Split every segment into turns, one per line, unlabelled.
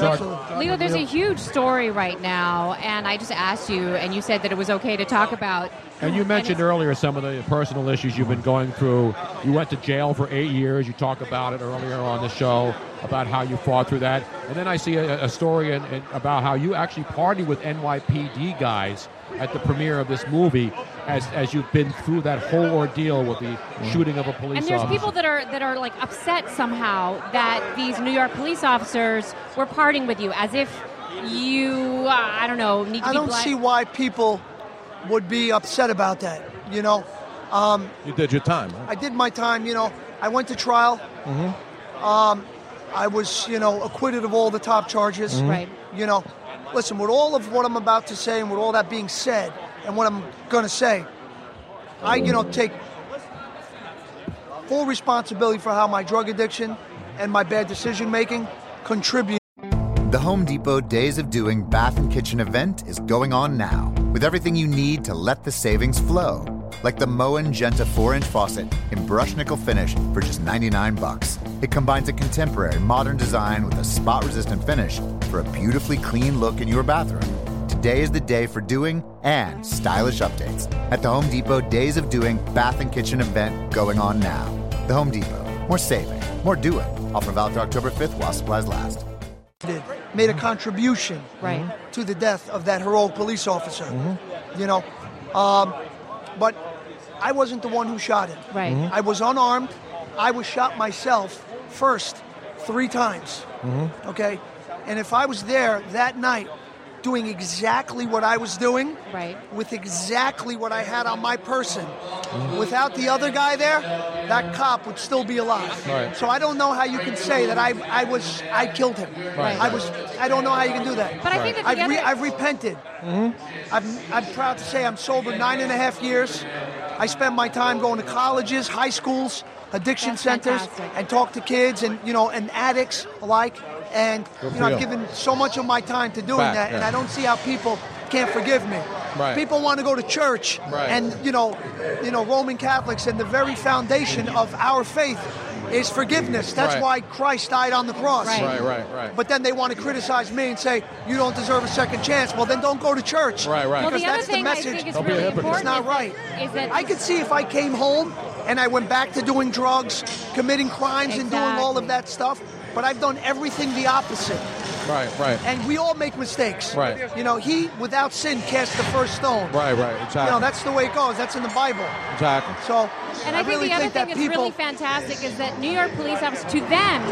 there's, Leo, there's a huge story right now, and I just asked you, and you said that it was okay to talk about.
And you mentioned earlier some of the personal issues you've been going through. You went to jail for eight years. You talk about it earlier on the show about how you fought through that. And then I see a, a story in, in, about how you actually partied with NYPD guys at the premiere of this movie as, as you've been through that whole ordeal with the shooting of a police
And there's
officer.
people that are that are like upset somehow that these New York police officers were parting with you, as if you, uh, I don't know, need to
I
be
don't
bli-
see why people would be upset about that. You know,
You did your time. Huh?
I did my time. You know, I went to trial. Um, I was, you know, acquitted of all the top charges.
Right.
You know, listen, with all of what I'm about to say and with all that being said and what I'm going to say, I, you know, take full responsibility for how my drug addiction and my bad decision making contribute.
The Home Depot Days of Doing Bath and Kitchen event is going on now with everything you need to let the savings flow. Like the Moen Genta 4 inch faucet in brush nickel finish for just 99 bucks. It combines a contemporary modern design with a spot resistant finish for a beautifully clean look in your bathroom. Today is the day for doing and stylish updates at the Home Depot Days of Doing Bath and Kitchen event going on now. The Home Depot. More saving, more doing. Offer valid through October 5th while supplies last.
did, made a contribution
Right.
to the death of that heroic police officer. You know, um, but I wasn't the one who shot him.
Right. Mhm.
I was unarmed. I was shot myself first three times. Okay, and if I was there that night doing exactly what I was doing,
Right.
with exactly what I had on my person. Without the other guy there, that cop would still be alive.
Right.
So I don't know how you can say that I, I was I killed him.
Right.
I was I don't know how you can do that.
But I think that the
I've, re-
other-
I've repented.
Mm-hmm.
I'm, I'm proud to say I'm sober nine and a half years. I spend my time going to colleges, high schools, addiction
That's
centers,
fantastic.
and talk to kids and you know and addicts alike. And you know
for
I've
you.
given so much of my time to doing
Back,
that, and
yeah.
I don't see how people can't forgive me.
Right.
People want to go to church,
Right.
and you know, you know, Roman Catholics, and the very foundation of our faith is forgiveness. That's
Right.
why Christ died on the cross.
Right.
Right, right, right.
But then they want to criticize me and say you don't deserve a second chance. Well, then don't go to church.
Right, right.
Well,
Because
the other
that's
thing
the
I
message.
think is
Don't be a
really
hypocrite.
important
It's not right.
Is that
I could see if I came home and I went back to doing drugs, committing crimes, and doing all
Exactly.
of that stuff, but I've done everything the opposite.
Right, right.
And we all make mistakes.
Right.
You know, he without sin cast the first stone.
Right, right. Exactly.
You know, that's the way it goes. That's in the Bible.
exactly.
So
And I,
really
think the other
think that
thing that's
people
really fantastic is that New York police officers, to them,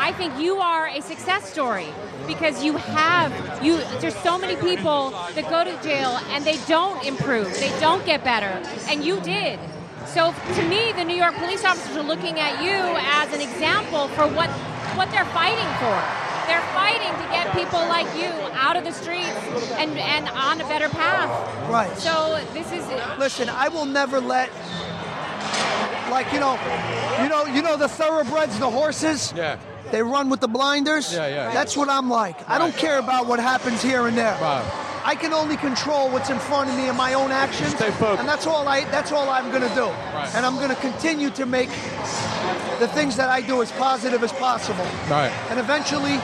I think you are a success story because you have you. There's so many people that go to jail and they don't improve, they don't get better, and you did. So to me, the New York police officers are looking at you as an example for what what they're fighting for. They're fighting to get people like you out of the streets and, and on a better path.
Right.
So this is
Listen, I will never let like you know, you know, you know the thoroughbreds, the horses.
Yeah.
They run with the blinders.
Yeah, yeah.
That's what I'm like. I don't care about what happens here and there.
Right.
I can only control what's in front of me and my own actions.
Stay focused.
And that's all I. That's all I'm gonna do. Right. And I'm gonna continue to make the things that I do as positive as possible.
Right.
And eventually,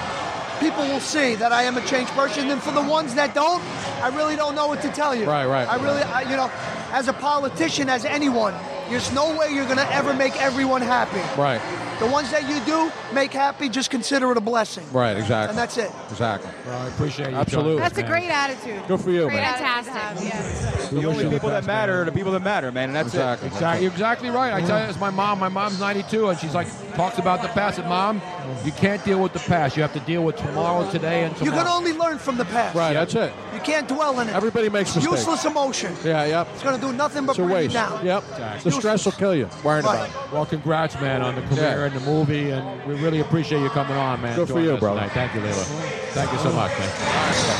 people will see that I am a changed person. And for the ones that don't, I really don't know what to tell you.
Right, right.
I really, I, you know, as a politician, as anyone, there's no way you're going to ever make everyone happy.
Right.
The ones that you do make happy, just consider it a blessing.
Right, exactly.
And that's it.
Exactly.
Well, I appreciate you.
Absolutely.
That's a
man.
great attitude.
Good for you,
Great
man.
attitude to have, yes.
We
The
wish
only
you the
people that
best,
matter are the people that matter, man, and that's
Exactly.
it.
Exactly. You're exactly right. I tell you, it's my mom. My mom's 92, and she's like talks about the past. And mom, you can't deal with the past. You have to deal with tomorrow, today, and
You
tomorrow.
can only learn from the past.
Right, that's it.
You can't dwell in it.
Everybody makes
It's
mistakes.
Useless emotion.
Yeah, yep.
It's going to do nothing but
It's a
bring you
waste.
down.
Yep.
The
stress will kill you.
Worrying Right. about
it. Well, congrats, man, on the career and the movie, and we really appreciate you coming on, man.
Good for
joining
you,
us
brother.
tonight. Thank you, Leila. Thank you so much, man.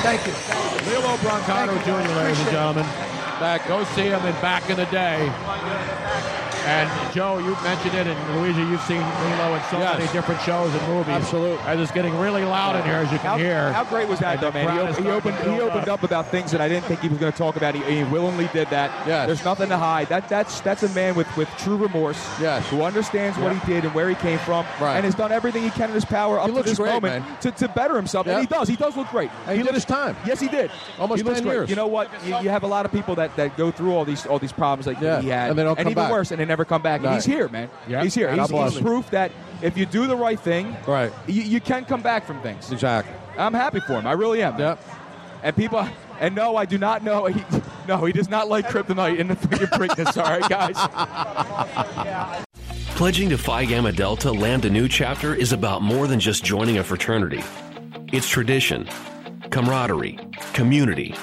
Thank you.
Lilo Brancato Jr., ladies and gentlemen. Back, go see him in Back in the Day. And Joe, you mentioned it, and Luigi, you've seen Lilo in so many different shows and movies. Absolutely. As it's getting really loud in here, as you can
how,
hear.
How great was that,
And
though,
the
man? He,
crowd is
op- he
starting
opened
to
he
build
opened up about things that I didn't think he was going to talk about. He, he willingly did that.
Yes.
There's nothing to hide. That that's that's a man with, with true remorse.
Yes.
Who understands what
Yeah.
he did and where he came from,
Right.
and has done everything he can in his power up to
looks
this
great,
moment
man.
to, to better himself.
Yeah.
And he does. He does look great.
And he did his time.
Yes, he did.
Almost
he looks
10
great.
years.
You know what? You, you have a lot of people that, that go through all these all these problems like
Yeah.
he had,
And they don't come
even
back.
worse, and they never come back. And
Right.
he's here, man.
Yeah.
He's here.
God
He's,
bless
he's
him.
proof that if you do the right thing,
Right.
you, you can come back from things.
Exactly.
I'm happy for him. I really am. Yep. And people, and no, I do not know. He, no, he does not like kryptonite in the freaking Preakness. All right, guys.
Pledging to Phi Gamma Delta Lambda Nu chapter is about more than just joining a fraternity. It's tradition, camaraderie, community,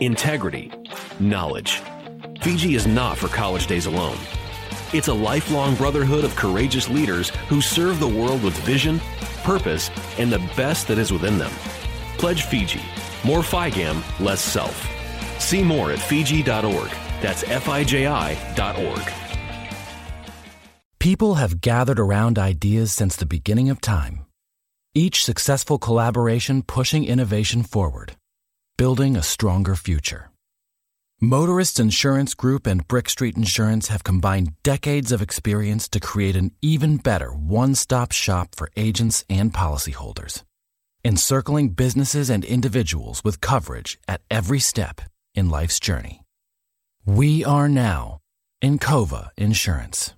integrity, knowledge. Fiji is not for college days alone. It's a lifelong brotherhood of courageous leaders who serve the world with vision, purpose, and the best that is within them. Pledge Fiji. More FIGAM, less self. See more at Fiji.org. That's F-I-J-I dot org.
People have gathered around ideas since the beginning of time, each successful collaboration pushing innovation forward, building a stronger future. Motorist Insurance Group and Brick Street Insurance have combined decades of experience to create an even better one stop shop for agents and policyholders, encircling businesses and individuals with coverage at every step in life's journey. We are now Encova Insurance.